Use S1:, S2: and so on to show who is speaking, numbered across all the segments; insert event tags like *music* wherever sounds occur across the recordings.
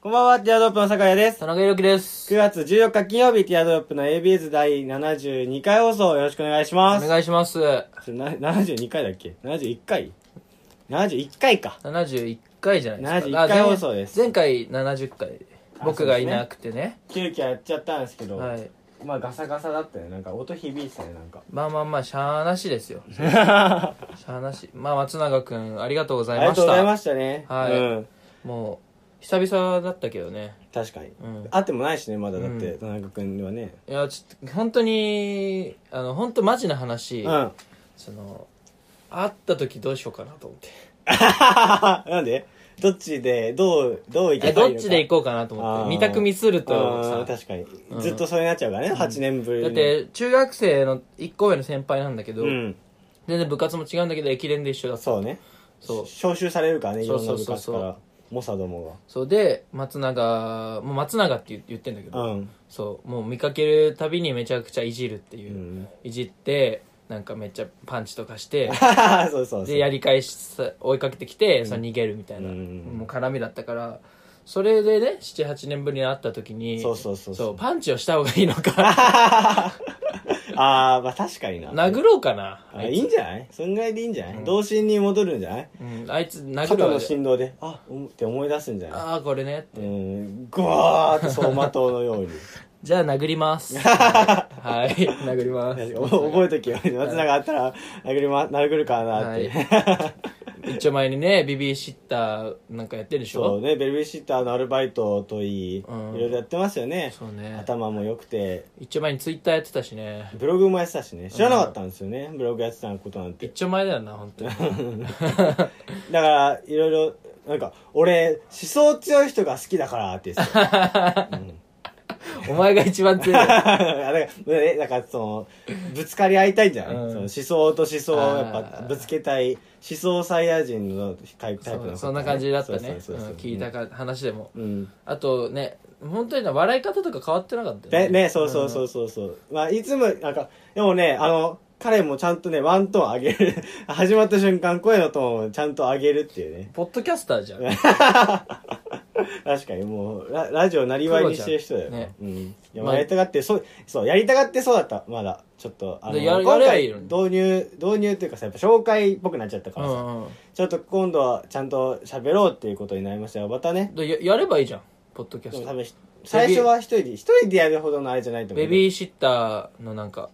S1: こんばんは、ティアドロップの酒屋です。
S2: 田中裕樹です
S1: 9。月14日金曜日、ティアドロップの ABS 第72回放送、よろしくお願いし
S2: お
S1: ます。
S2: 願いします。
S1: それな72回だっけ ?71 回 ?71 回か。
S2: 71回じゃないですか。
S1: 71回
S2: あ前
S1: 放送です
S2: 前回70回。
S1: あ
S2: 僕がいなくてね。
S1: 急遽やっちゃったんですけど、
S2: はい。
S1: まあガサガサだったね。なんか音響いてたね、なんか。
S2: まあまあまあ、しゃーなしです
S1: *laughs*
S2: よ。し
S1: あ
S2: ゃーなし。まあ、松永くん、ありがとうござ
S1: り
S2: い
S1: が
S2: ま
S1: と
S2: し
S1: うござい
S2: た。
S1: ましたね。
S2: はい
S1: うん。
S2: もう、久々だったけどね。
S1: 確かに。
S2: うん。
S1: 会ってもないしね、まだだって、
S2: う
S1: 田中くんはね。
S2: いや、ちょっと、本当に、あの、本当マジな話、
S1: うん。 *laughs* あ
S2: その、会った時どうしようかなと思って。
S1: はははなんでどっちで、どう、ど *laughs* うい
S2: いや、
S1: けばいい
S2: どっ
S1: のか
S2: ちで行こうかなと思っ
S1: あ
S2: て。
S1: ー
S2: 二択ミスる
S1: あ
S2: と
S1: ー
S2: さ。
S1: 確かに、
S2: うん
S1: ずっとそれになっちゃうからね、8年ぶり
S2: だっ
S1: に
S2: て、中学生の一個上の先輩なんだけど、
S1: うん
S2: 全然部活も違うんだけど駅伝で一緒だった
S1: そうね
S2: そう
S1: 招集されるからねい
S2: そ
S1: ろ
S2: うん
S1: な
S2: そう
S1: 部
S2: そう
S1: 活
S2: そ
S1: か
S2: う
S1: ら猛者ども
S2: そうで松永もう松永って言言ってんだけ
S1: が
S2: ど、
S1: うん、
S2: そうもう見かけるたびにめちゃくちゃいじるって
S1: う
S2: いう、
S1: ん、 *laughs*
S2: いじってなんかめっちゃパンチとかして
S1: そうそうそ *laughs*
S2: で
S1: う
S2: やり返しさ追いかけてきて、その逃げるみたいな、
S1: うん
S2: もう絡みだったからそれでね78年ぶりに会った時に
S1: そうそうそうそう
S2: そうパンチをした方がいい
S1: *laughs*
S2: のか
S1: ああまあ確かにな
S2: 殴ろうかな
S1: あ
S2: あ
S1: い
S2: い
S1: いんじゃないそんぐらいでいいんじゃない、
S2: うん
S1: 童心に戻るんじゃない
S2: つ,、うん、あいつ殴
S1: 肩
S2: ろう
S1: の
S2: よ
S1: 振動であっって思い出すんじゃない
S2: ああこれね
S1: うんぐわーっと走馬灯のよう
S2: *laughs*
S1: に
S2: じゃあ殴
S1: *laughs*
S2: ります。はい、殴ります。
S1: お覚えときよ松永あったら殴り、ま、殴るからなって、
S2: はい。一丁前にね、ビビーシッターなんかやってるで
S1: *laughs*
S2: し
S1: そう
S2: ょ
S1: ねベビーシッターのアルバイトといい、
S2: うん
S1: いろいろやってますよね
S2: そうね。
S1: 頭も良くて
S2: 一丁前にツイッターやってたしね。
S1: *laughs* ブログもやってたしね知らなかったんですよね、ブログやってたことなん
S2: 一
S1: て
S2: 丁前だよな、本当に。
S1: だからいろいろなんか俺思想強い人が好きだからって
S2: *laughs*
S1: 言ってた
S2: お前が一番
S1: *laughs*
S2: 強い。
S1: だからねだからそのぶつかり合いたいんじゃない、
S2: うん
S1: その思想と思想をやっ
S2: あ
S1: ぱ
S2: ー
S1: ぶつけたい思想サイヤ人のタイプ
S2: そ
S1: の、
S2: うそんな感じだったね。
S1: そうそうそうそう
S2: うん聞いたか話でも。
S1: うん
S2: あとね、本当にな笑い方とか変わってなかった
S1: ねねそうそうそうそうそう、まあいつもなんかでもねあの彼もちゃんとねワントーン上げる *laughs* 始まった瞬間声のトーンをちゃんと上げるっていうね
S2: うん。ポッドキャスター
S1: *laughs*
S2: じゃん。
S1: 確かにもうララジオなりわいにしてる人だよね
S2: ね
S1: うんいや
S2: まあ
S1: やりたがってそうそうやりたがってそうだったまだちょっとあの
S2: でや
S1: 今
S2: やればい
S1: 回
S2: いのに
S1: 導入導入っていうかさやっぱ紹介っぽくなっちゃったか
S2: う
S1: らさ、
S2: んうん
S1: ちょっと今度はちゃんと喋ろうっていうことになりましたよまたね
S2: でや。やればいいじゃん、ポッドキャ
S1: で
S2: ス
S1: も
S2: タ
S1: 多
S2: ー。
S1: 分最初は一人で一人でやるほどのあれじゃないと思う
S2: ベ
S1: けど
S2: ビーシッターのなんか、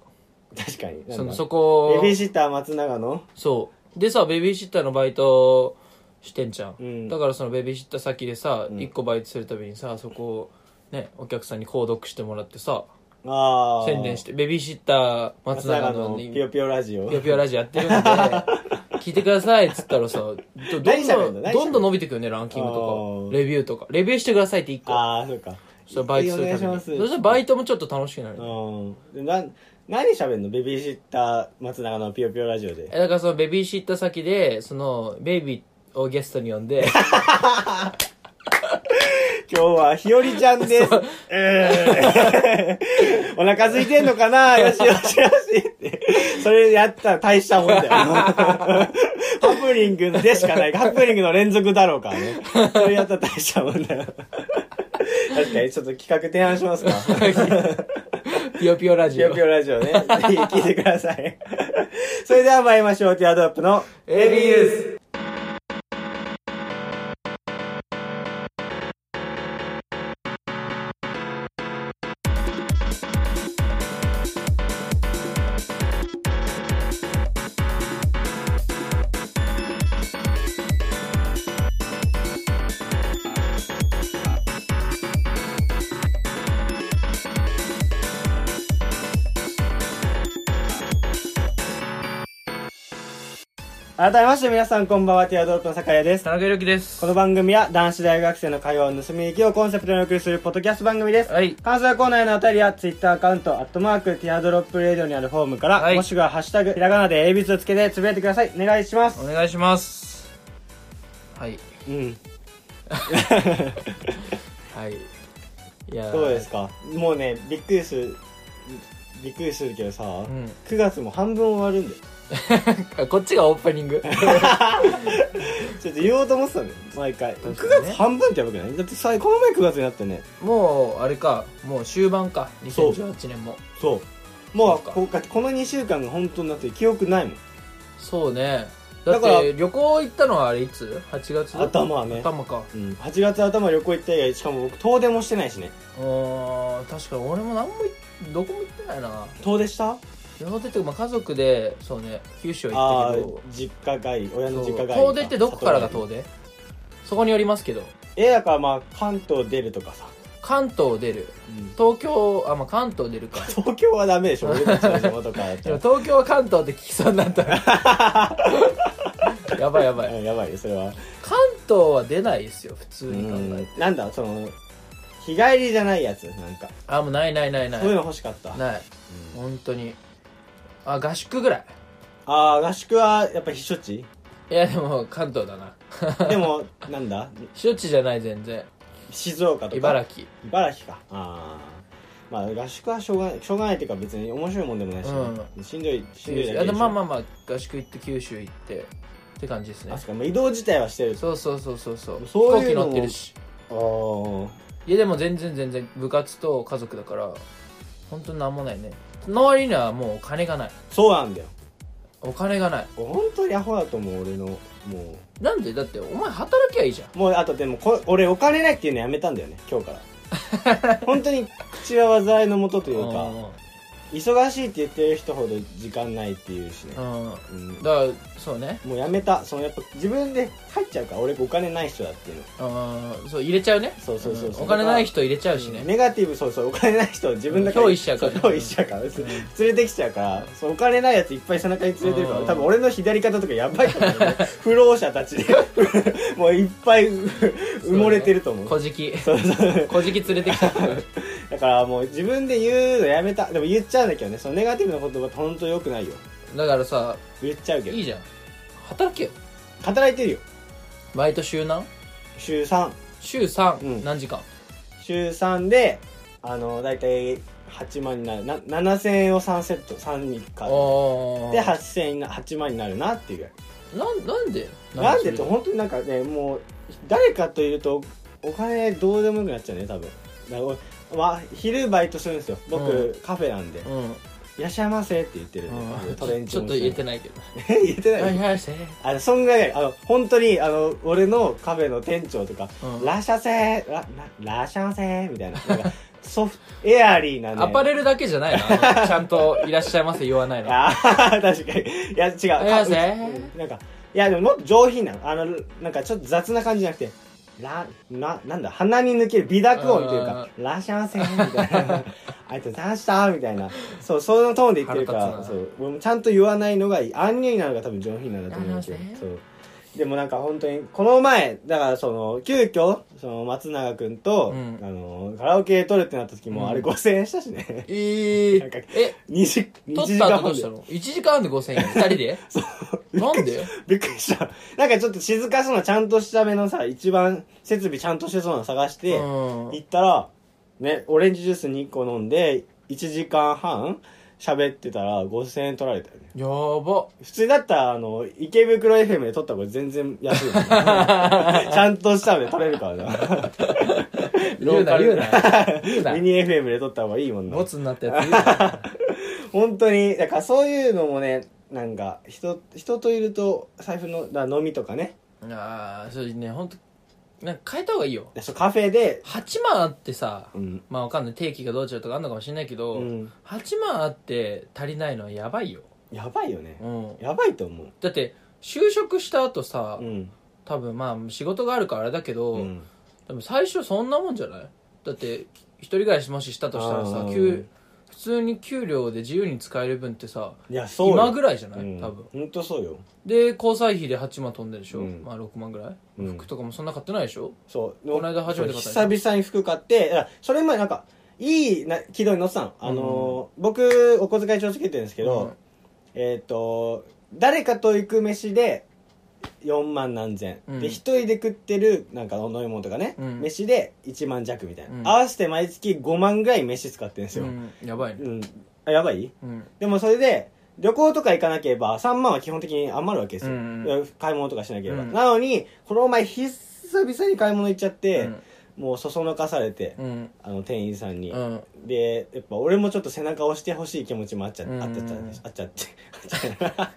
S1: 確かに
S2: その
S1: そ
S2: そこを
S1: ベビーシッター松永の
S2: そうでさベビーシッターのバイトしてんじゃん、
S1: うん
S2: だからそのベビーシッター先でさ、
S1: うん
S2: 一1個バイトするたびにさそこをねお客さんに購読してもらってさ
S1: ああ
S2: 宣伝してベビーシッター松
S1: 松永
S2: 永の
S1: の
S2: ね
S1: ピヨピヨラジオ
S2: ピヨピヨラジオ
S1: *laughs*
S2: やってるんで聞いてくださいっつったらさどどん
S1: 何喋
S2: ど
S1: んの
S2: ん
S1: 何喋んの
S2: どんどん伸びてくよねランキング
S1: あ
S2: と
S1: ー
S2: かレビューとかレビューしてくださいって1個
S1: ああそうか
S2: それバイトするた
S1: お
S2: び
S1: 願い
S2: に
S1: しま
S2: そ
S1: す
S2: したらバイトもちょっと楽しくなる、
S1: うんでな何喋んのベビーシッター松永のピヨピヨラジオで
S2: えだからそのベビーシッター先でそのベイビーをゲストに呼
S1: *laughs*
S2: んで
S1: 今日はひよりちゃんです。えー *laughs* お腹空いてんのかなよしよしよしって。それやったら大したもんだよ。ハプニングでしかない。ハプニングの連続だろうからね。それやったら大したもんだよ。確かに、ちょっと企画提案しますか。
S2: ピヨピヨラジ
S1: ぴよ
S2: オ
S1: ぴよラジオね。ぜひ聞いてください。それでは参りましょう。ティアドロップの
S2: AB です
S1: 改めまして皆さんこんばんは。ティアドロップの酒屋です。
S2: 田中裕樹です
S1: この番組は男子大学生の会話を盗み聞きをコンセプトにお送りするポッドキャスト番組です。
S2: はい
S1: 感想やコーナーへのお便りやツイッターアカウント、アットマーク、ティアドロップレディオにあるフォームから、
S2: はい
S1: もしくはハッシュタグ、ひらがなで AB をつけてつぶやいてください。お願いします
S2: お。願いしますはい *laughs*
S1: うん。
S2: はいいやー
S1: どうですかもうね、びっくりする、びっくりするけどさ、
S2: うん
S1: 9月も半分終わるんだよ。
S2: あ *laughs* こっちがオープニン *laughs* グ
S1: ちょっと言おうと思ってたんだよ毎回、
S2: 確
S1: 9
S2: かにね
S1: 月半分ってやばくないだってさこの前9月になってね
S2: もうあれかもう終盤か
S1: そう
S2: 2018年も
S1: そうもう
S2: そうか
S1: こうかこの2週間が本当になって記憶ないもん
S2: そうねだっ
S1: だから
S2: て旅行行ったのはあれいつ ?8 月だ
S1: 頭はね
S2: 頭か
S1: うん、8月頭旅行行った以外しかも僕遠出もしてないしね
S2: あー確かに俺も何もいどこも行ってないな
S1: 遠出した
S2: 遠出っていうかまあ家族でそうね九州は
S1: ああ
S2: 行った
S1: 実家帰り親
S2: け
S1: の
S2: ど
S1: 実
S2: そ
S1: 家帰
S2: う
S1: り
S2: 遠出ってどこからが
S1: 里帰
S2: 遠出そこによりますけど
S1: りえだからまあ関東出るとかさ、
S2: 関東出る東京あまあ関東出るか
S1: 東京はダメで
S2: *laughs*
S1: しょ俺たちの地元からやった
S2: でも
S1: ら
S2: 東京は関東って聞きそうになった
S1: *laughs*
S2: やばいやばい
S1: うんやばいよそれは
S2: 関東は出ないですよ普通
S1: う
S2: に考え
S1: ん
S2: て
S1: なんだその日帰りじゃないやつなんか
S2: あもうないないないな
S1: そういう
S2: い
S1: の欲しかった
S2: ない本当にあ合宿ぐらい
S1: ああ合宿はやっぱ避暑地
S2: いやでも関東だな
S1: でもなんだ
S2: 避暑地じゃない全然
S1: 静岡とか
S2: 茨城
S1: 茨城かああまあ合宿はしょうがないしょうがないっていうか別に面白いもんでもないし、
S2: う
S1: しんどいしんどいだけ
S2: い
S1: で
S2: やでもまあま
S1: あ
S2: あまあ合宿行って九州行ってって感じですね
S1: あそっかまあ移動自体はしてる
S2: そうそうそうそうそう
S1: そう
S2: 飛行
S1: い
S2: 機
S1: うのも
S2: 乗ってるし
S1: あー
S2: いやでも全然全然部活と家族だから本当になんもないねその割にはもうお金がない
S1: そうなんだよ
S2: お金がない
S1: 本当にアホだと思う俺のもう
S2: なんでだってお前働きゃいいじゃん
S1: もうあとでもこ俺お金ないっていうのやめたんだよね今日から
S2: *laughs*
S1: 本当に口は災いのもとというか忙しいって言ってる人ほど時間ないっていうしね
S2: う、んうん
S1: うん
S2: だからそうね
S1: もうやめたそのやっぱ自分で入っちゃうから俺お金ない人だっていうの
S2: うんそう入れちゃうね
S1: そうそうそうそうん
S2: お金ない人入れちゃうしね、
S1: ネガティブそうそうお金ない人自分だ
S2: 憑依しちゃうから
S1: そう憑依しちゃうから、連れてきちゃうからそうお金ないやついっぱい背中に連れてるから、
S2: うん
S1: 多分俺の左肩とかやばいと思うよ、 *laughs* 不老者たちでもういっぱい埋もれてると思う
S2: 小じき
S1: そうそう
S2: 小じき連れて
S1: *laughs*
S2: きた
S1: だからもう自分で言うのやめたでも言っちゃうんだけどねそのネガティブな言葉って本当良くないよ
S2: だからさ
S1: 言っちゃうけど
S2: いいじゃん働けよ
S1: 働いてるよ
S2: バイト週何
S1: 週3
S2: 週3、
S1: うん
S2: 何時間
S1: 週3であの大体8万になるな7000円を3セット3日
S2: あ
S1: か
S2: あ
S1: で8000円にな8万になるなっていうぐらい
S2: なんなんで
S1: なんでって
S2: それ
S1: 本当になんかねもう誰かといるとお金どうでもよくなっちゃうね多分だから俺まあ、昼バイトするんですよ僕、
S2: う
S1: カフェなんで「
S2: うん
S1: いらっしゃいませ」って言ってる、ね
S2: うん
S1: トレンチ
S2: ちょっと言えてないけど
S1: ない *laughs* 言えてない、
S2: はいはいせ
S1: あのそんぐらいあの本当にあの俺のカフェの店長とか「
S2: うん
S1: らっしゃいませらならっしゃいませ」みたいななんかソフトエアリーなね
S2: *laughs* アパレルだけじ
S1: *laughs*
S2: ゃないなちゃんと「いらっしゃいませ」言わないの
S1: あー確かにいや違う
S2: ありがとうござい
S1: か
S2: ます
S1: うんなんかいやでももっと上品なのあのなんかちょっと雑な感じじゃなくてらななんだ鼻に抜ける美濁音というか「らっしゃいませ」みたいな *laughs* 「ありがとうございました」みたいなそうそのトーンで言ってるか
S2: 腹
S1: ら
S2: 立
S1: そ
S2: つな
S1: う俺もちゃんと言わないのがいいアンニュイなのが多分上品なんだと思うんですよ
S2: なるほど
S1: そうでもなんか本当にこの前だからその急遽その松永君と、
S2: うん
S1: あのカラオケ撮るってなった時も、あれ5000円したしね *laughs*
S2: え
S1: なんか
S2: ー、え
S1: 2時2
S2: 取
S1: 時
S2: った
S1: 間
S2: 後ど
S1: 半
S2: うし
S1: で
S2: たの1時間半で5000円2人でなんで
S1: *laughs* びっくりした。なんかちょっと静かそうな、ちゃんとした目のさ、一番設備ちゃんとしてそうなの探して、
S2: うん
S1: 行ったら、ね、オレンジジュース2個飲んで、1時間半喋ってたら5000円取られたよね。
S2: やば
S1: 普通だったら、あの、池袋 FM で撮った方が全然安いよね、ちゃんとした目で撮れるからな。
S2: 言うな言うな言う *laughs* な
S1: ミニ FM で撮った方がいいもんな
S2: ボ。ツになったやつ言うな
S1: 本当に、だからそういうのもね、なんか、人、人といると、財布の、だから飲みとかね、
S2: ああそうね本当なんか変えた方がいいよ
S1: そうカフェで、
S2: 8万あってさ、
S1: うん
S2: まあわかんない定期がどうちゃうとかあんのかもしれないけど、
S1: うん
S2: 8万あって足りないのはやばいよ、
S1: やばいよね
S2: う。ん、
S1: やばいと思う。
S2: だって就職した後さ、
S1: うん。
S2: 多分まあ仕事があるからあれだけど、
S1: うん
S2: でも最初そんなもんじゃないだって一人暮らしもししたとしたら
S1: あ
S2: さ
S1: ー
S2: 給普通に給料で自由に使える分ってさ
S1: いや、そうよ。
S2: 今ぐ
S1: ら
S2: らいじゃない、多分
S1: ほんとそうよ。
S2: で交際費で8万飛んでるでしょ、
S1: うん
S2: まあ6万ぐらい、
S1: うん
S2: 服とかもそんな買ってないでしょ
S1: そう。
S2: この間初めて買った
S1: そう久々に服買って、だからそれ前なんか、いいな軌道に乗ってたの。あのー僕、お小遣い帳つけてるんですけど、えっ、と、誰かと行く飯で、4万何千、
S2: うん
S1: で一人で食ってるなんか飲み物とかね、
S2: うん
S1: 飯で1万弱みたいな、
S2: うん
S1: 合わせて毎月5万ぐらい飯使ってるんです
S2: う
S1: よ、
S2: ん、やばいね
S1: うんあやばい
S2: うん
S1: でもそれで旅行とか行かなければ3万は基本的に余るわけですよ、
S2: うんう
S1: 買い物とかしなければ、
S2: うん
S1: なのにこの前久々に買い物行っちゃって、もうそそのかされて、
S2: うん
S1: あの店員さんに、
S2: うん
S1: でやっぱ俺もちょっと背中を押してほしい気持ちもあっちゃ
S2: うん
S1: あっちゃったあっちゃってあっちゃ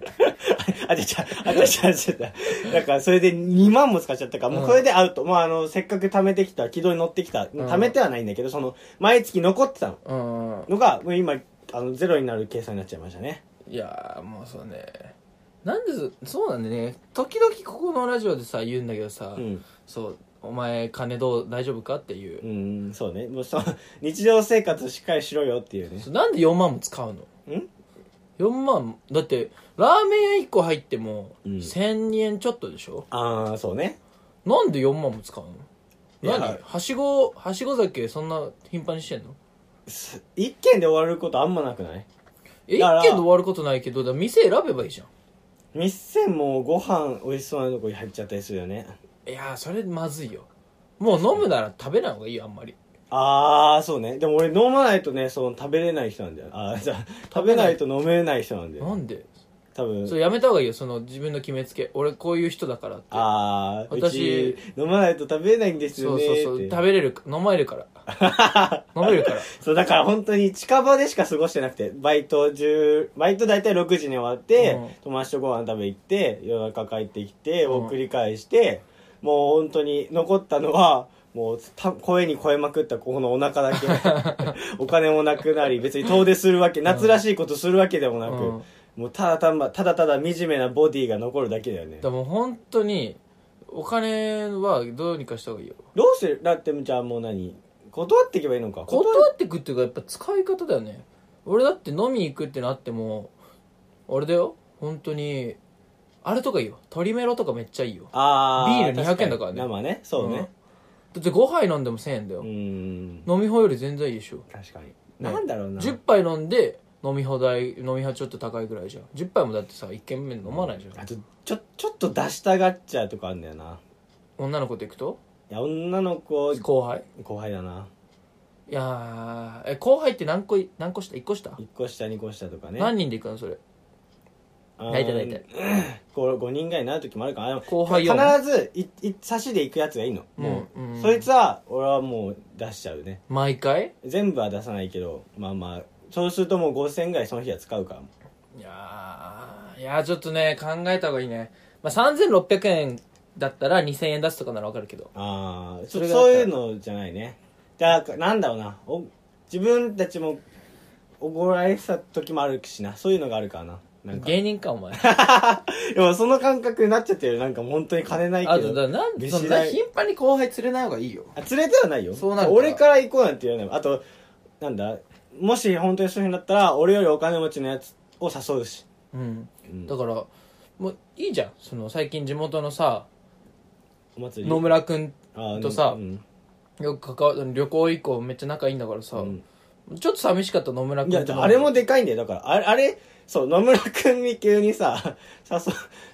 S1: あっちゃあっちゃあっちゃっただからそれで2万も使っちゃったからもうこれでアウト、まああのせっかく貯めてきた軌道に乗ってきた
S2: ん
S1: 貯めてはないんだけどその毎月残ってたの
S2: うんうん
S1: のがもう今あのゼロになる計算になっちゃいましたね
S2: いやーもうそうねなんでそそうなんでね時々ここのラジオでさ言うんだけどさ、
S1: うん
S2: そうお前金どう大丈夫かっていう
S1: う、んそうねもうそう *laughs* 日常生活しっかりしろよっていうね
S2: そうなんで4万も使うの
S1: ん
S2: 4万だってラーメン屋1個入っても
S1: うん
S2: 1000円ちょっとでしょ、
S1: ああそうね
S2: なんで4万も使うの
S1: いや
S2: 何はしごはしご酒そんな頻繁にしてんの
S1: 一件で終わることあんまなくない
S2: え一
S1: だから
S2: 軒で終わることないけどだから店選べばいいじゃん
S1: 店もご飯美味しそうなとこに入っちゃったりするよね
S2: いやーそれまずいよもう飲むなら食べない方がいいよあんまり
S1: ああそうねでも俺飲まないとねその食べれない人なんだよあーじゃあ食べないと飲めない人なんだ
S2: な
S1: よ
S2: んで
S1: 多分
S2: それやめた方がいいよその自分の決めつけ俺こういう人だからって
S1: ああ
S2: 私
S1: 私飲まないと食べれないんです
S2: そ
S1: よ
S2: う
S1: ね
S2: そうそう
S1: って
S2: 食べれる飲まれるから
S1: *laughs*
S2: 飲めるから
S1: そうだから本当に近場でしか過ごしてなくてバイト10バイト大体6時に終わって、
S2: うん
S1: 友達とご飯食べ行って夜中帰ってきて
S2: うん
S1: を繰り返して、もう本当に残ったのはもうた声に超えまくったここのお腹
S2: *laughs*
S1: だけお金もなくなり別に遠出するわけ夏らしいことするわけでもなく、
S2: うん
S1: もうただただただただ惨めなボディが残るだけだよね
S2: でも本当にお金はどうにかした方がいいよ
S1: どうするだってじゃあもう何断っていけばいいのか
S2: 断ってくっていうかやっぱ使い方だよね俺だって飲み行くってなってもあれだよ本当にあれとかいいよ鶏メロとかめっちゃいいよ
S1: あー
S2: ビール200円だから
S1: 確
S2: ね
S1: に生ねそうね、
S2: だって5杯飲んでも1000円だよ
S1: う、ん
S2: 飲み放より全然いいでしょ
S1: 確かに、なんだろうな
S2: 10杯飲んで飲み放題飲み放ちょっと高いぐらいじゃん10杯もだってさ1軒目飲まないじゃん、
S1: あとちょちょっと出したがっちゃうとかあるんだよな
S2: 女の子と行くと
S1: いや女の子
S2: 後輩
S1: 後輩だない
S2: やーえ後輩って何個い何個した1個した、
S1: 1個下2個下とかね
S2: 何人で行くのそれ
S1: あー
S2: 大体大体
S1: こう5人ぐらいになる時もあるからあでも
S2: 後輩よ
S1: 必ずいい差しで行くやつがいいのもう、
S2: うんうん
S1: そいつは俺はもう出しちゃうね
S2: 毎回
S1: 全部は出さないけどまあまあそうするともう5000円ぐらいその日は使うから
S2: いやーいやーちょっとね考えた方がいいね、まあ、3600円だったら2000円出すとかなら分かるけど
S1: ああ
S2: そ
S1: そ
S2: れが
S1: そういうのじゃないねだからなんだろうなお自分たちもおごられてた時もあるしなそういうのがあるからななんか
S2: 芸人かお前
S1: でもその感覚になっちゃってるなんかもう本当に金ない
S2: あ
S1: け
S2: と
S1: ど
S2: だなんで
S1: 見
S2: そん
S1: 知
S2: な
S1: らい
S2: 頻繁に後輩連れない方がいいよ
S1: あ連れてはないよ
S2: そうなるから
S1: 俺から行こうなんて言わないもんあとなんだもし本当にそういうふうになったら俺よりお金持ちのやつを誘うし、
S2: うん
S1: うん
S2: だからもういいじゃんその最近地元のさ
S1: お祭り
S2: 野村君
S1: あー
S2: とさ
S1: うん
S2: よく関わる旅行以降めっちゃ仲いいんだからさ、
S1: うん
S2: ちょっと寂しかった野村
S1: い
S2: 君
S1: や
S2: と
S1: あれもでかいんだよだからあれあれそう野村君に急にさ *laughs*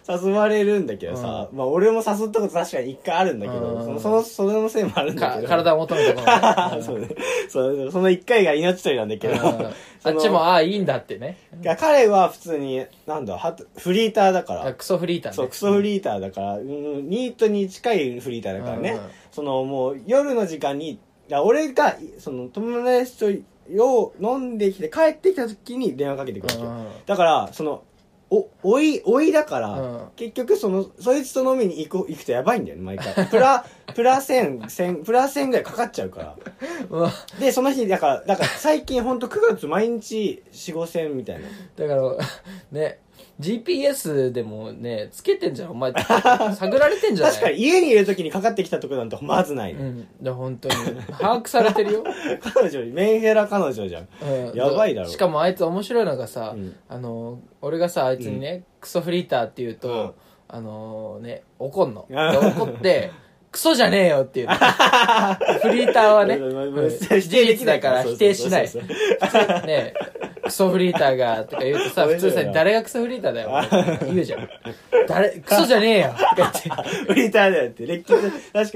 S1: 誘誘われるんだけどさ、まあ、俺も誘ったこと確かに一回あるんだけど、
S2: うん
S1: そのそのそのせいもあるんだ
S2: か
S1: けど
S2: 体を求めたか
S1: *laughs*
S2: ら
S1: そうねそうその一回が命取りなんだけど、
S2: うんあ
S1: そ
S2: っ
S1: の
S2: ちもああいいんだってね
S1: いや彼は普通になんだはフリーターだか
S2: あ
S1: ら
S2: クソフリーターね
S1: そうクソフリーターだから、うん、ニートに近いフリーターだからね、
S2: うん
S1: そのもう夜の時間にいや俺がその友達とよう飲んできて帰ってきた時に電話かけてくるわけよ、
S2: うん
S1: だからそのおおいおいだから、
S2: うん
S1: 結局そのそいつと飲みに行く行くとやばいんだよね毎回プラ *laughs* プラ1000 1000プラ1000ぐらいかかっちゃうから
S2: うわ
S1: でその日だからだから最近ほんと9月毎日45000みたいな
S2: だから、 *laughs* ね、GPS でもね、つけてんじゃん、お
S1: *laughs*
S2: 前。探られてんじゃない
S1: 確かに家にいる時にかかってきたとこなんてまずないね、
S2: うん。で、本当に。把握されてるよ。
S1: 彼女メンヘラ彼女じゃん
S2: う
S1: *laughs*
S2: ん、
S1: やばいだろ
S2: しかもあいつ面白いのがさ、
S1: うん
S2: あの、俺がさ、あいつにね、クソフリーターって言うと、あのね、怒
S1: *laughs*
S2: んの。で怒って、クソじゃねえよっていうの。フリータ
S1: *laughs*
S2: ーはね、うん事実だから否定しない。
S1: そうそう
S2: ねえ、クソフリーターが、とか言うとさ、普
S1: 面白
S2: 通
S1: いな
S2: さ、誰がクソフリーターだよ、って言うじゃん。誰、クソじゃねえよ、とか言って。
S1: そうフリーターだよってれっきと確か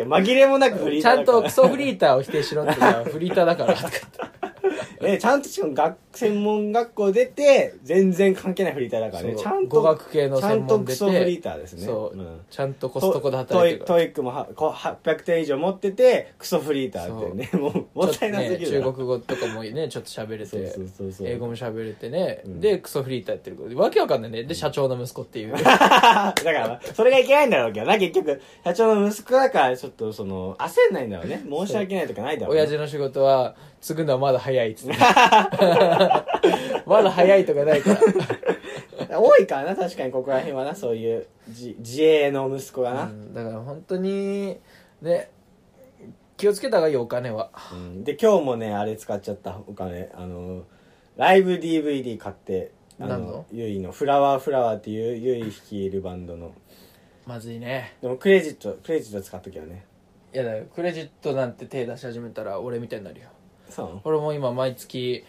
S1: に紛れもなくフリー
S2: ち
S1: ター
S2: ゃ
S1: だ
S2: ん
S1: から
S2: *laughs* とクソフリーターを否定しろってのはフリーターだからとか言って
S1: *laughs* えちゃんとしかも学専門学校出て、全然関係ないフリーターだからね。
S2: そう
S1: ちゃんと。
S2: 語学系の
S1: ちゃ
S2: 専
S1: んと
S2: 門
S1: ク
S2: 出て
S1: ソフリーターですね。
S2: そう、
S1: ん
S2: ちゃんとコストコで働いてる
S1: トイトイックもはこう800点以上持ってて、クソフリーターってね。もう、もったいなすぎ
S2: ちょ
S1: る
S2: っ
S1: な。
S2: とね中国語とかもねちょっと喋れ
S1: そうそう
S2: て
S1: そうそう。
S2: 英語も喋れてね、
S1: ん
S2: でクソフリーターやってることわけわかんないねで社長の息子っていう
S1: *laughs* *laughs* だから、それがいけないんだろうけどな、結局、社長の息子だから、ちょっとその、焦んないんだろうね。申し訳ないとかないだろう、ね。
S2: 親父の仕事は継ぐのはまだ早いっつって *laughs* まだ早いとかないから
S1: 多いからな、確かにここら辺はな、そういう、じ自営の息子が
S2: う
S1: な、
S2: んだから本当にね気をつけた方がいいお金は
S1: うんで、今日もね、あれ使っちゃった、お金。あの、ライブ DVD 買って、あ
S2: 何の
S1: の、ゆいの、フラワーフラワーっていう、ゆい率いるバンドの。
S2: まずいね
S1: でも、クレジット、クレジット使っときはね。
S2: いやだよクレジットなんて手出し始めたら俺みたいになるよ
S1: そう *laughs* なの
S2: 俺も今毎月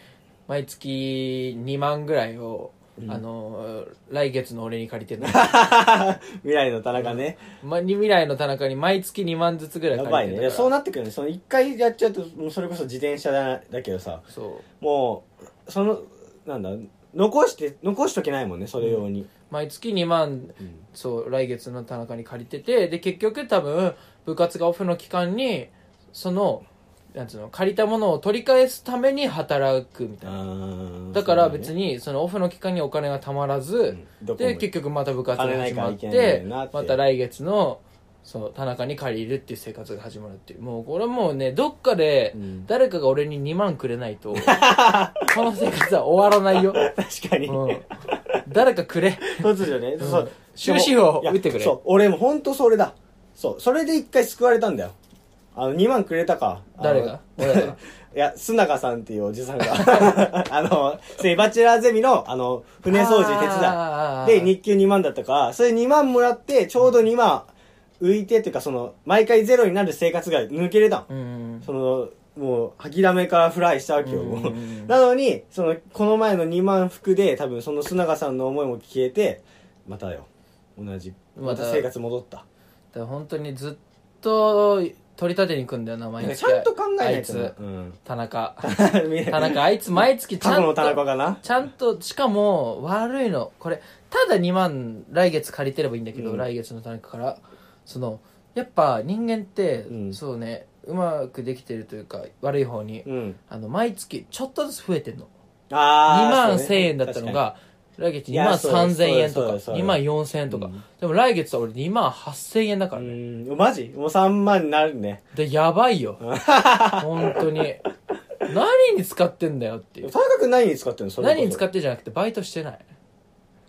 S2: 毎月2万ぐらいを、あの来月の俺に借りて
S1: *laughs*
S2: るの
S1: 未来の田中ね。
S2: ま未来の田中に毎月2万ずつぐらい
S1: やば
S2: 借
S1: い
S2: り
S1: ね。
S2: て
S1: い
S2: る
S1: や
S2: から
S1: そうなってくるね。その、一回やっちゃうと、もうそれこそ自転車だだけどさ、
S2: そう
S1: もう、その、なんだ、残して、残しとけないもんね、それ用に。
S2: 毎月2万、
S1: ん
S2: そう来月の田中に借りててで結局多分部活がオフの期間にそのなんつうの借りたものを取り返すために働くみたいなだから別
S1: に、
S2: にそのオフの期間にお金がたまらず、
S1: うんどこも
S2: で結局また部活が始ま
S1: 金ないからい
S2: っ
S1: けない
S2: て
S1: んだよなって
S2: また来月のそう田中に借りるっていう生活が始まるっていうもうこれもうねどっかで
S1: うん
S2: 誰かが俺に2万くれないとこの生活は終わらな
S1: *laughs*
S2: いよ、
S1: 確かに。
S2: うん、誰かくれ
S1: 突如ね、そう
S2: 終止符を
S1: いや
S2: 打ってくれ
S1: そう俺も本当それだそうそれで一回救われたんだよあの2万くれたかあの
S2: 誰が俺らが
S1: いや須永さんっていうおじさんが *laughs* あのセバチュラーゼミのあの *laughs* 船掃除手
S2: あー
S1: 伝いで日給2万だったからそれ2万もらってちょうど2万浮いてっていうかその毎回ゼロになる生活が抜けれたの
S2: うん
S1: そのもう諦めからフライしたわけよ、
S2: うん
S1: もうなのにそのこの前の2万服で多分その須永さんの思いも消えてまたよ同じま
S2: また
S1: た生活戻った
S2: だから本当にずっと取り立てに行くんだよな毎月
S1: ちゃんと考えな
S2: あ
S1: いとな
S2: つ
S1: うん、
S2: 田中田
S1: *laughs* 田
S2: 中あいつ毎月ち
S1: 過
S2: ゃ
S1: 去
S2: ん
S1: の
S2: と
S1: 田中かな
S2: ちゃんとしかも悪いのこれただ2万来月借りてればいいんだけど、
S1: うん
S2: 来月の田中からそのやっぱ人間って、
S1: うん
S2: そうねうまくできてるというか悪い方に、
S1: うん
S2: あの毎月ちょっとずつ増えてんの2
S1: ああ
S2: 万1000円だったのが来月2万
S1: いやそうだ
S2: 3000円と
S1: そう
S2: か
S1: だそうだ
S2: 2万4000円とか、
S1: うん
S2: でも来月は俺2万8000円だから
S1: う
S2: ね、
S1: んマジもう3万になるね
S2: でやばいよ
S1: *laughs*
S2: 本当に何に使ってんだよっていう
S1: 田中君何に使ってるのそれこそ
S2: 何に使ってじゃなくてバイトしてない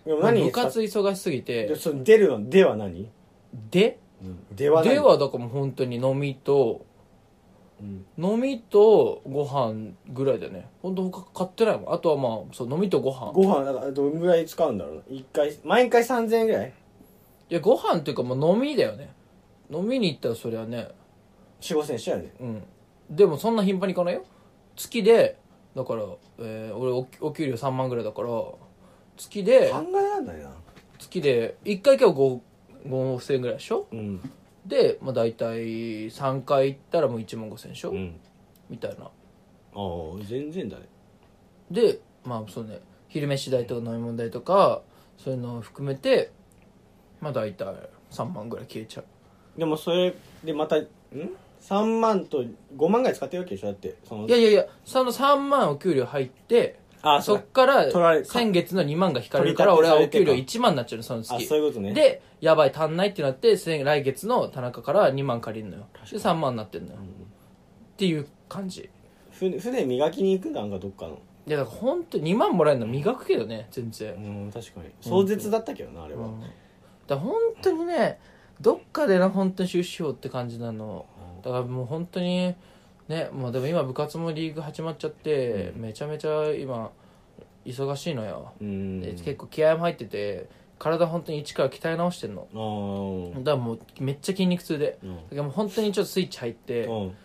S1: でも何
S2: 部
S1: に使っ
S2: 活忙しすぎて
S1: でその出るのでは何、
S2: で
S1: うん、では何
S2: ではだからもう本当に飲みと
S1: うん
S2: 飲みとご飯ぐらいだよね本当他買ってないもんあとはまあそう飲みとご飯
S1: ご飯だからどんぐらい使うんだろうな一回毎回3000円ぐらい
S2: いやご飯っていうかもう飲みだよね飲みに行ったらそれはね
S1: 4 5千円しちゃうね
S2: うんでもそんな頻繁に行かないよ月でだから、えー俺おお給料3万ぐらいだから月で
S1: 考えらんないな
S2: 月で1回今日5 5000円ぐらいでしょ
S1: うん
S2: で、まあ、大体3回行ったらもう1万5000円でしょ、
S1: うん
S2: みたいな
S1: ああ全然だね
S2: でまあそうね昼飯代とか飲み物代とかそういうのを含めてまあ大体3万ぐらい消えちゃう
S1: でもそれでまたん3万と5万ぐらい使ってるわけでしょだってその
S2: いやいやいやその3万お給料入って
S1: あ
S2: そ
S1: そ
S2: っ
S1: う
S2: から
S1: 取られ
S2: 先月の2万が引かれるから
S1: 取
S2: 俺
S1: り
S2: はお
S1: 立てされて
S2: 給
S1: るか
S2: 料1万になっちゃうのその
S1: あ
S2: 月
S1: そういうことね
S2: でやばい足んないってなって先来月の田中から2万借りるのよで3万になってんのよ、っていう感じ
S1: 船船磨きに行くんだなんかどっかの
S2: いやだから本当に2万もらえるの磨くけどね全然、
S1: うん確かに壮絶だったけどなあれ
S2: う
S1: は
S2: んだから本当にねどっかでな本当に終止法って感じなのだからもう本当にねもうでも今部活もリーグ始まっちゃって、めちゃめちゃ今忙しいのよ、
S1: うん
S2: で結構気合も入ってて体本当に一から鍛え直してんの
S1: あー
S2: だからもうめっちゃ筋肉痛で、
S1: うん
S2: だからもう本当にちょっとスイッチ入って、
S1: うん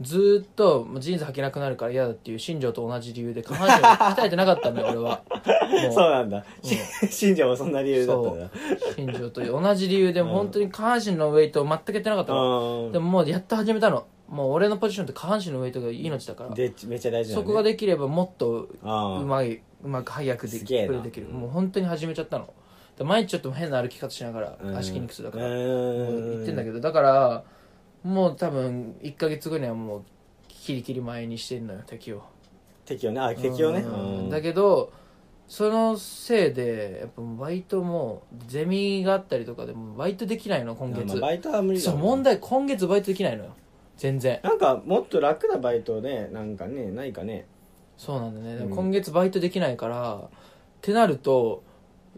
S2: ずーっともうジーンズ履けなくなるから嫌だっていう新庄と同じ理由で下半身を鍛えてなかったのよ俺はもう
S1: *laughs* そうなんだし *laughs* 信者もそんな理由だったんだ
S2: 新庄と同じ理由で本当に下半身のウェイトを全くやってなかったの、
S1: うん
S2: でももうやっと始めたのもう俺のポジションって下半身のウェイトが命だから、
S1: でめっちゃ大事な
S2: そ
S1: のね
S2: こができればもっと
S1: ああ
S2: うまいうまく早くですき
S1: げえな
S2: プレーできるもう本当に始めちゃったのだから毎日ちょっと変な歩き方しながら
S1: うん
S2: 足筋肉痛だから、
S1: うん
S2: もう言ってんだけどだからもう多分1か月後にはもうキリキリ前にしてんのよ敵を
S1: 適応ねあ適応ね
S2: うん
S1: うん
S2: だけどそのせいでやっぱバイトもゼミがあったりとかでもバイトできないの今
S1: まあ
S2: 月
S1: バイトは無理だ
S2: そう
S1: もんね
S2: 問題今月バイトできないのよ全然
S1: なんかもっと楽なバイトねなんかねないかね
S2: そうなんだね、
S1: うん
S2: 今月バイトできないからってなると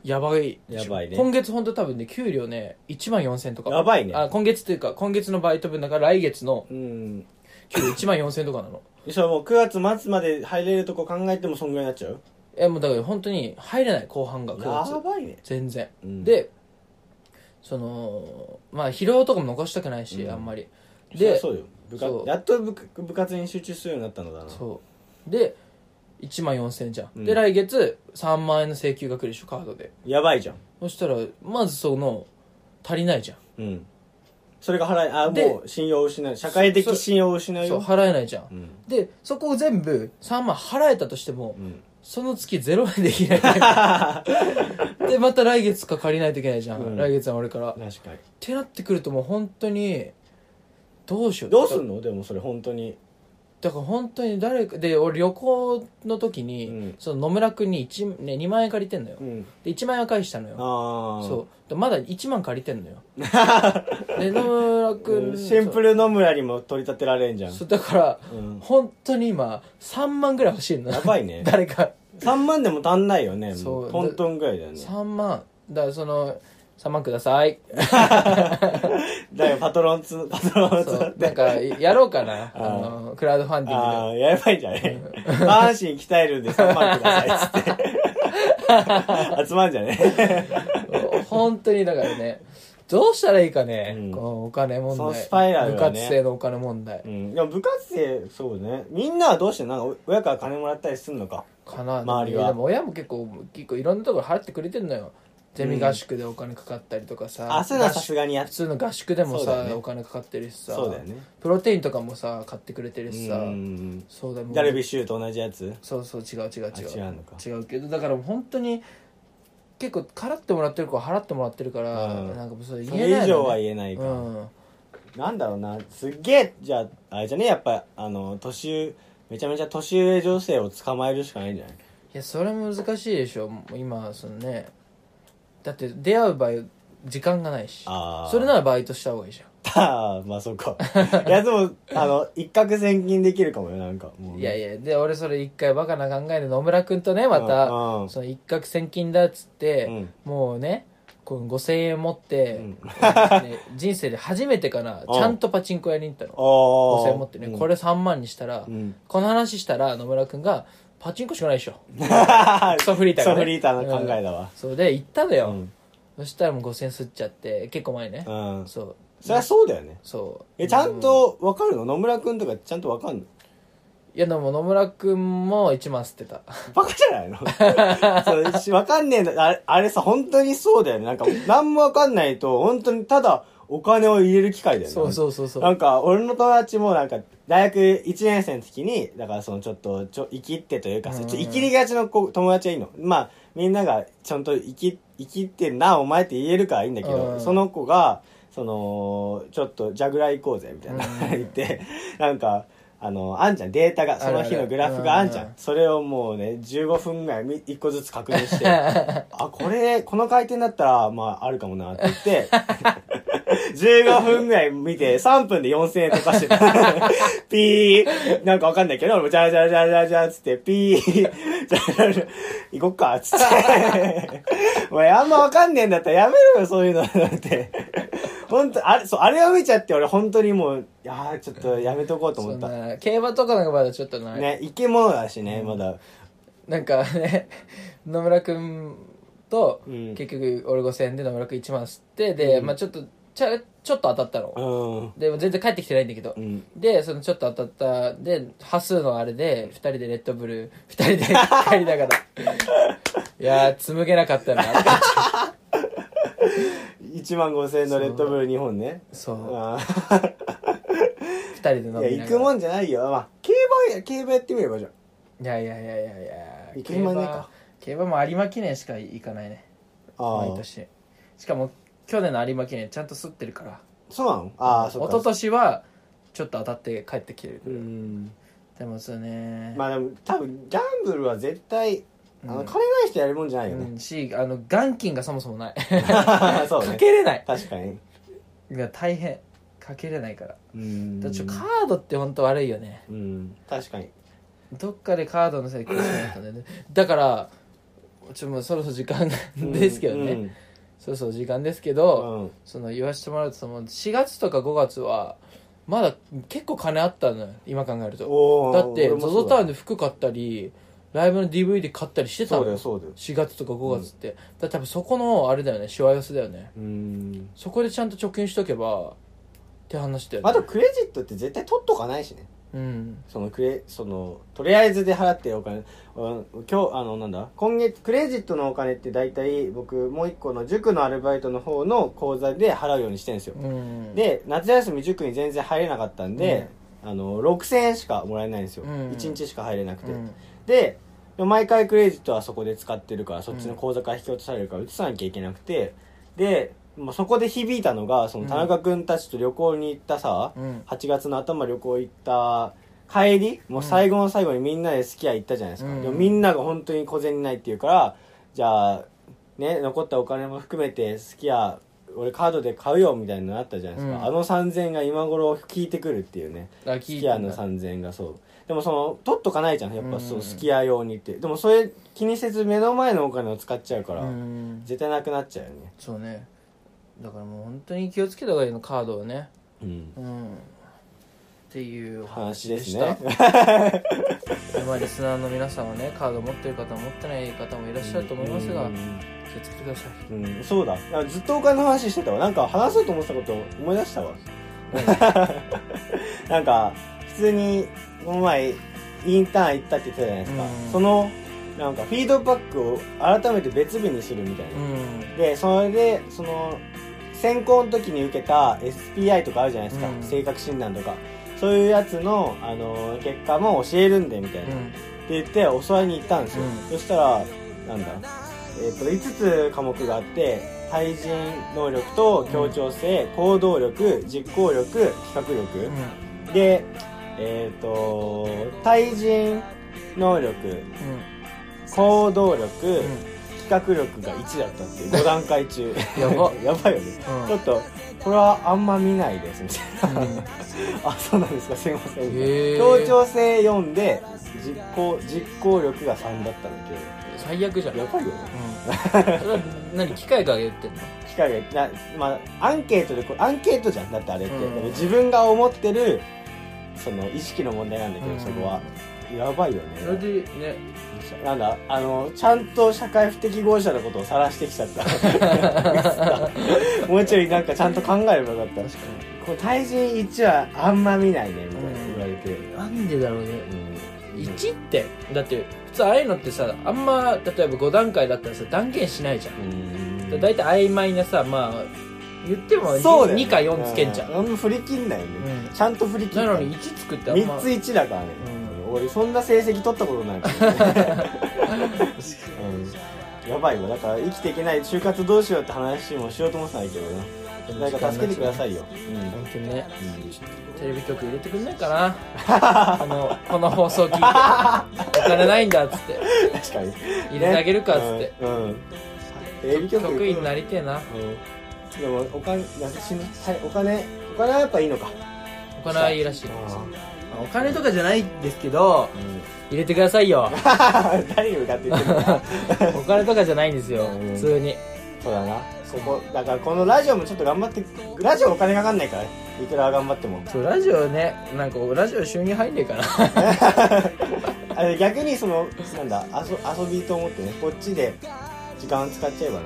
S2: やばいでし
S1: や
S2: ょ
S1: ばいね
S2: 今月本当多分ね給料ね1万4000とか
S1: やばいね
S2: あ今月というか今月のバイト分だから来月の
S1: うん
S2: 給料1万4000とかなの
S1: それもう9月末まで入れるとこ考えてもそんぐらいになっちゃう
S2: えもうだから本当に入れない後半が9
S1: や
S2: 月
S1: ばいね
S2: 全然、
S1: うん
S2: でそのまあ疲労とかも残したくないし、
S1: うん
S2: あんまり
S1: で
S2: で
S1: そうよ部活
S2: そう
S1: やっと部部活に集中するようになったのだな
S2: そうで1万4000じゃん、
S1: うん
S2: で来月3万円の請求が来るでしょカードで
S1: やばいじゃん
S2: そしたらまずその足りないじゃ
S1: う
S2: ん
S1: んそれが払いあ
S2: で
S1: もう信用を失う社会的信用を失う
S2: そう
S1: よ
S2: 払えないじゃん、
S1: うん
S2: でそこを全部3万払えたとしても、
S1: うん
S2: その月0円でき
S1: *laughs*
S2: ないでまた来月か借りないといけないじゃん、
S1: うん
S2: 来月の俺からっ
S1: 確かに
S2: てなってくるともう本当にどうしよう
S1: どうすんのでもそれ本当に
S2: だから本当に誰かで俺旅行の時に、
S1: うん
S2: その野村君に1、ね、2万円借りてんのよ、
S1: うん
S2: で1万円は返したのよ
S1: ああ
S2: そうでまだ1万借りてん
S1: *laughs*
S2: のよで野村君
S1: シンプル野村にも取り立てられんじゃん
S2: そうだから、
S1: うん
S2: 本当に今3万ぐらい欲しいの
S1: やばい *laughs* ね
S2: 誰か
S1: 3万でも足んないよね
S2: そう
S1: もうトントンぐらいだよね
S2: 3万だからその3万くだ
S1: *laughs*
S2: さい
S1: だよパトロンツパ *laughs* トロン
S2: そ
S1: ツ
S2: うなんかやろうかなあ
S1: あー
S2: のクラウドファンディン
S1: ああやばいんじゃね下半身鍛えるんで3万くださいっつって *laughs* 集まんじゃね
S2: グで *laughs* 本当にだからねどうしたらいいかね、
S1: うん
S2: このお金問
S1: その
S2: 題
S1: スパイラル
S2: 部
S1: がね
S2: 活生のお金問題
S1: うんでも部活生そうねみんなはどうしてんのなんか親から金もらったりすんのか
S2: かな
S1: 周りは
S2: でも親も結構結構いろんなところ払ってくれてんのよゼミ合宿でお金かかったりとかさ、
S1: あそういうのは
S2: 合
S1: さ
S2: 宿
S1: すがにやっ
S2: 普通の合宿でも
S1: そうだ
S2: さ、
S1: よね
S2: お金かかってるしさ
S1: そうだよね
S2: プロテインとかもさ買ってくれてるしさ、
S1: うん
S2: そうだもう
S1: ダルビッシュと同じやつ
S2: そうそう違う違う違う
S1: あ違うのか
S2: 違うけどだから本当に結構払ってもらってる子は払ってもらってるから、
S1: うん
S2: なんかそう
S1: そ
S2: 言え
S1: れ
S2: ない、ね、
S1: 以上は言えない
S2: な
S1: かなんだろうなすっげえじゃああれじゃねやっぱあの年上めちゃめちゃ年上女性を捕まえるしかないんじゃない
S2: いやそれ難しいでしょもう今そのねだって出会う場合時間がないし
S1: あー
S2: それならバイトした方がいいじゃ
S1: ああ、まあそっか。いや、でも、あの、一攫千金できるかもよ、なんか。もうん
S2: いやいやで俺それ一回バカな考えで野村君とねまた
S1: うんうん
S2: その一攫千金だっつって、
S1: うん
S2: もうねこの5000円持って、
S1: うん
S2: ね人生で初めてかな、
S1: うん
S2: ちゃんとパチンコ屋に行ったの
S1: ああ。
S2: 5000円持ってね、
S1: うん
S2: これ3万にしたら、
S1: うん。
S2: この話したら野村君がパチンコしかないでしょ *laughs* クソフリーターが、
S1: ソ
S2: ね、
S1: フリーターの考えだわ。
S2: そうで行ったのよ、
S1: うん
S2: そしたらもう5000すっちゃって結構前ね、
S1: うん。
S2: そう
S1: そりゃそうだよね。
S2: そう
S1: え、ちゃんとわかるの野村くんとかちゃんとわかんの
S2: いやでも野村君も1万吸っ
S1: *laughs*
S2: てた
S1: バカじゃないのそうしわかんねえの。あれ、あれさ、本当にそうだよね。なんか、なんもわかんないと、本当にただお金を入れる機会だよね。
S2: そうそうそうそう
S1: なんか、俺の友達もなんか、大学1年生の時に、だからそのちょっと、ちょ、生きってというか、
S2: うん
S1: ちょっと生きりがちの子友達はいいの。まあ、みんながちゃんと生き、生きってんな、お前って言えるからいいんだけど、
S2: うん
S1: その子が、その、ちょっと、ジャグラー行こうぜ、みたいな、
S2: うん
S1: 言って、なんか、あの、あんじゃん、データが、その日のグラフがあんじゃ
S2: うん
S1: ん。それをもうね、15分ぐらいみ、一個ずつ確認
S2: *laughs*
S1: して、あ、これ、この回転だったら、まあ、あるかもな、って言って、15分ぐらい見て、3分で4000円とかしてた。 *laughs* ピー、なんかわかんないけど、俺もじゃじゃじゃじゃじゃつって、ピー、じゃじゃじゃ、行こっか、つって。お前あんまわかんねえんだったらやめろよ、そういうの、なんて。本当あれ、そう、あれを見ちゃって、俺本当にもう、いやーちょっとやめとこうと思
S2: そ
S1: っ
S2: ん
S1: た。
S2: な競馬とかなんかまだちょっとない、
S1: ね、生き物だしね、まだ。
S2: なんかね *laughs* 野村君と
S1: うん
S2: 結局俺5000円で野村君1万吸ってで、まあちょっとちゃちょっと当たったの、
S1: うん。
S2: でも全然帰ってきてないんだけど、
S1: うん。
S2: でそのちょっと当たったで端数のあれで2人でレッドブル2人
S1: *laughs*
S2: で帰りながらいやー紡げな
S1: *laughs*
S2: かったな
S1: 1万5000円のレッドブル2本ね。
S2: *laughs* そう
S1: あー
S2: 2人で飲みながら。
S1: いや、行くもんじゃないよ。まあ、競馬や、競馬やってみればじゃん。
S2: いやいやいやいやいや。
S1: 行く暇ねえか
S2: 競馬。競馬も有馬記念しか行かないね。
S1: あ
S2: 毎
S1: あ。
S2: 年。しかも、去年の有馬記念ちゃんと吸ってるから。
S1: そうなのああ、そ
S2: 一
S1: っか。
S2: 昨年は、ちょっと当たって帰ってきてる。
S1: うん。
S2: でもそうね。
S1: まあでも、多分、ギャンブルは絶対、あの、金ない人やるもんじゃないよ
S2: う
S1: ね。
S2: ん、し、あの、元金がそもそもない。
S1: *laughs* そうね
S2: かけれない。
S1: 確かに。
S2: いや、大変。かけれないから。
S1: うん
S2: だってちょカードって本当悪いよね。
S1: うん。確かに。
S2: どっかでカードのせいで苦しくなったんだよね。だから、ちょっともうそろそろ時間 *laughs* ですけどね。そろそろ時間ですけ
S1: う
S2: ど、
S1: ん。うん。
S2: その言わせてもらうと、その4月とか5月は、まだ結構金あったのよ。今考えると。
S1: お
S2: だって、
S1: ゾゾ
S2: ZOZO タウンで服買ったり、ライブの DVD 買ったりしてた
S1: そう
S2: の
S1: だよ、
S2: よ。
S1: そうだよ。
S2: 4月とか5月って。だから多分そこの、あれだよね、しわ寄せだよね。
S1: うん。
S2: そこでちゃんと貯金しとけばって話だよね
S1: あと、クレジットって絶対取っとかないしね。
S2: うん
S1: そのクレそのとりあえずで払ってるお金うん今日あのなんだ今月クレジットのお金って大体僕もう一個の塾のアルバイトの方の口座で払うようにしてるんですよ、
S2: うん
S1: で夏休み塾に全然入れなかったんで、あの6000円しかもらえないんですよ、
S2: うん
S1: 一1日しか入れなくて、
S2: うん
S1: ででも毎回クレジットはそこで使ってるからそっちの口座から引き落とされるから移さなきゃいけなくてで、まあ、そこで響いたのがその田中君たちと旅行に行ったさ、
S2: うん
S1: 8月の頭旅行行った帰りもう最後の最後にみんなでスキヤ行ったじゃないですか、
S2: うん
S1: でもみんなが本当に小銭ないっていうからじゃあね残ったお金も含めてスキヤ俺カードで買うよみたいになったじゃないですか、
S2: うん
S1: あの3000円が今頃効いてくるっていうねス
S2: あ聞い
S1: キヤ
S2: たん
S1: の
S2: だ
S1: 3000円がそうでもその取っとかないじゃんやっぱそううんスキヤ用にってでもそれ気にせず目の前のお金を使っちゃうから、
S2: うん
S1: 絶対なくなっちゃうよね
S2: そうねだからもう本当に気をつけた方がいいのカードをね
S1: うん
S2: うんっていうお
S1: 話
S2: 話
S1: で
S2: ですした
S1: ね
S2: まあリスナーの皆さんはねカード持ってる方持ってない方もいらっしゃると思いますが
S1: うん
S2: 気をつけてください
S1: うん、そうだあずっとお金の話してたわなんか話そうと思ってたこと思い出
S2: *laughs*
S1: したわなんか普通にこの前インターン行ったって言ってたじゃないですか、
S2: うん
S1: そのなんかフィードバックを改めて別日にするみたいな、
S2: うん
S1: でそれでその選考の時に受けた SPI とかあるじゃないですか、
S2: うん
S1: 性格診断とかそういうやつの、あの結果も教えるんでみたいな、って言って教わりに行ったんですよ、
S2: う
S1: そしたらなんだえっと5つ科目があって対人能力と協調性、行動力実行力企画力、
S2: うん
S1: でえっ、と対人能力
S2: うん
S1: 行動力、
S2: うん
S1: 企画力が1だったっていう5段階中
S2: やば
S1: *laughs* やばいよね、
S2: うん
S1: ちょっとこれはあんま見ないですみたいな
S2: うん
S1: あそうなんですかすいません、
S2: へー
S1: 協調性4で実行実行力が3だったんだ
S2: 最悪じゃ
S1: け
S2: ん
S1: どや
S2: うん
S1: ばいよね
S2: それは何機械が言ってんの
S1: 機械がなまあアンケートでこアンケートじゃんだってあれって、
S2: うん
S1: でも自分が思ってるその意識の問題なんだけど、
S2: うん
S1: そこはやばいよ
S2: それ
S1: ね
S2: でね
S1: なんだあのちゃんと社会不適合者のことを晒してきちゃったミス
S2: *laughs*
S1: ったもうちょいなんかちゃんと考えればよかった
S2: 確かに
S1: こう対人1はあんま見ないねみたいな
S2: う
S1: 言わ
S2: ん
S1: れて、
S2: なんでだろうね
S1: うん
S2: 1ってだって普通ああいうのってさあんま例えば5段階だったらさ断言しないじゃん
S1: うん
S2: だいたい曖昧なさまあ言っても
S1: そうだよね
S2: 2か4つけんじゃん
S1: うあんま振り切んないよね、
S2: うん
S1: ちゃんと振り切
S2: なん
S1: な
S2: の
S1: い
S2: に1つくってあんま
S1: 3つ1だからね、
S2: う
S1: 俺そんな成績取ったことないから、
S2: *laughs*
S1: ねうん、やばいよだから生きていけない就活どうしようって話もしようと思ってないけどね誰か助けてくださいよ、うん
S2: 本当にね
S1: うん
S2: テレビ局入れてくんないかなこのこの放送聞いてお金ないんだっつって
S1: 確かに
S2: 入れてあげるかっつって
S1: ねうん、うんテレビ局
S2: 得意になりてえな
S1: うんでもお金なんかしんはいお金お金はやっぱいいのか
S2: お金はいいらしい
S1: あ
S2: お金とかじゃないですけど
S1: ーうん
S2: 入れてくださ
S1: *laughs*
S2: いよ
S1: 誰に向かって言ってるのか
S2: お金とかじゃないんですよ
S1: うん
S2: 普通に
S1: そうだなここだからこのラジオもちょっと頑張ってラジオお金かかんないからねいくら頑張っても
S2: そうラジオねなんかラジオ収入入んねえかな
S1: あれ逆にそのなんだ遊遊びと思ってねこっちで時間使っちゃえばな、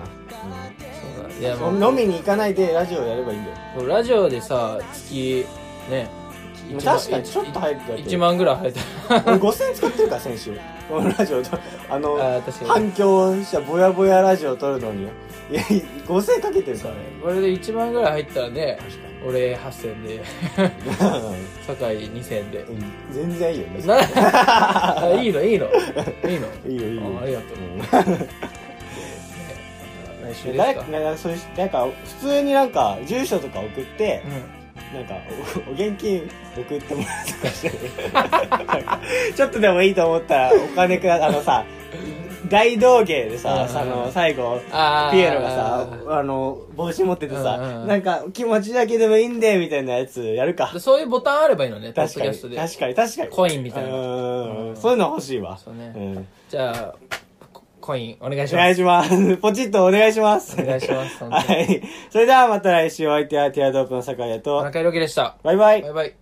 S2: そうだいや
S1: そ
S2: も
S1: 飲みに行かないでラジオやればいいんだよ
S2: うラジオでさ月ね一万
S1: 確かにちょっと早くだけど
S2: 1万ぐらい生えた *laughs*
S1: 俺5000使ってるから先週このラジオとあの
S2: あー確かに
S1: 反響したぼやぼやラジオ撮るのにいや5000かけてるからね
S2: これで1万ぐらい入ったらね
S1: 確かに
S2: 俺8000で酒井2000で
S1: *laughs* うん全然いいよね
S2: なあ *laughs* いいのいいのいいの
S1: いいよいいよ
S2: あありがとう来週
S1: うん
S2: です
S1: 誰
S2: か
S1: かなんかそういうなんか普通になんか住所とか送って
S2: うん
S1: なんかおお *laughs* 現金送ってもらうとかして
S2: *laughs*
S1: ちょっとでもいいと思ったらお金くだあのさ大道芸で
S2: うんうんう
S1: さ
S2: ん
S1: その最後
S2: あー
S1: ピエロがさあの帽子持ってて
S2: うんうんう
S1: さ
S2: ん
S1: なんか気持ちだけでもいいんでみたいなやつやるか
S2: でそういうボタンあればいいのね、ポッ
S1: 確
S2: ド
S1: か
S2: キ
S1: に
S2: ャスト
S1: 確
S2: で。
S1: かに確かに
S2: コインみたいな
S1: うん
S2: うん
S1: そういうの欲しいわ
S2: そうね
S1: うん
S2: じゃあ、ココインお願い
S1: お
S2: しま
S1: 願い
S2: す。
S1: します。ポチッとお願いします。
S2: お願いします本当に
S1: はい。それではまた来週お相手はティアドロップの酒屋
S2: お
S1: と、
S2: 腹いろきでした。
S1: バイバイ
S2: バイ。バイ。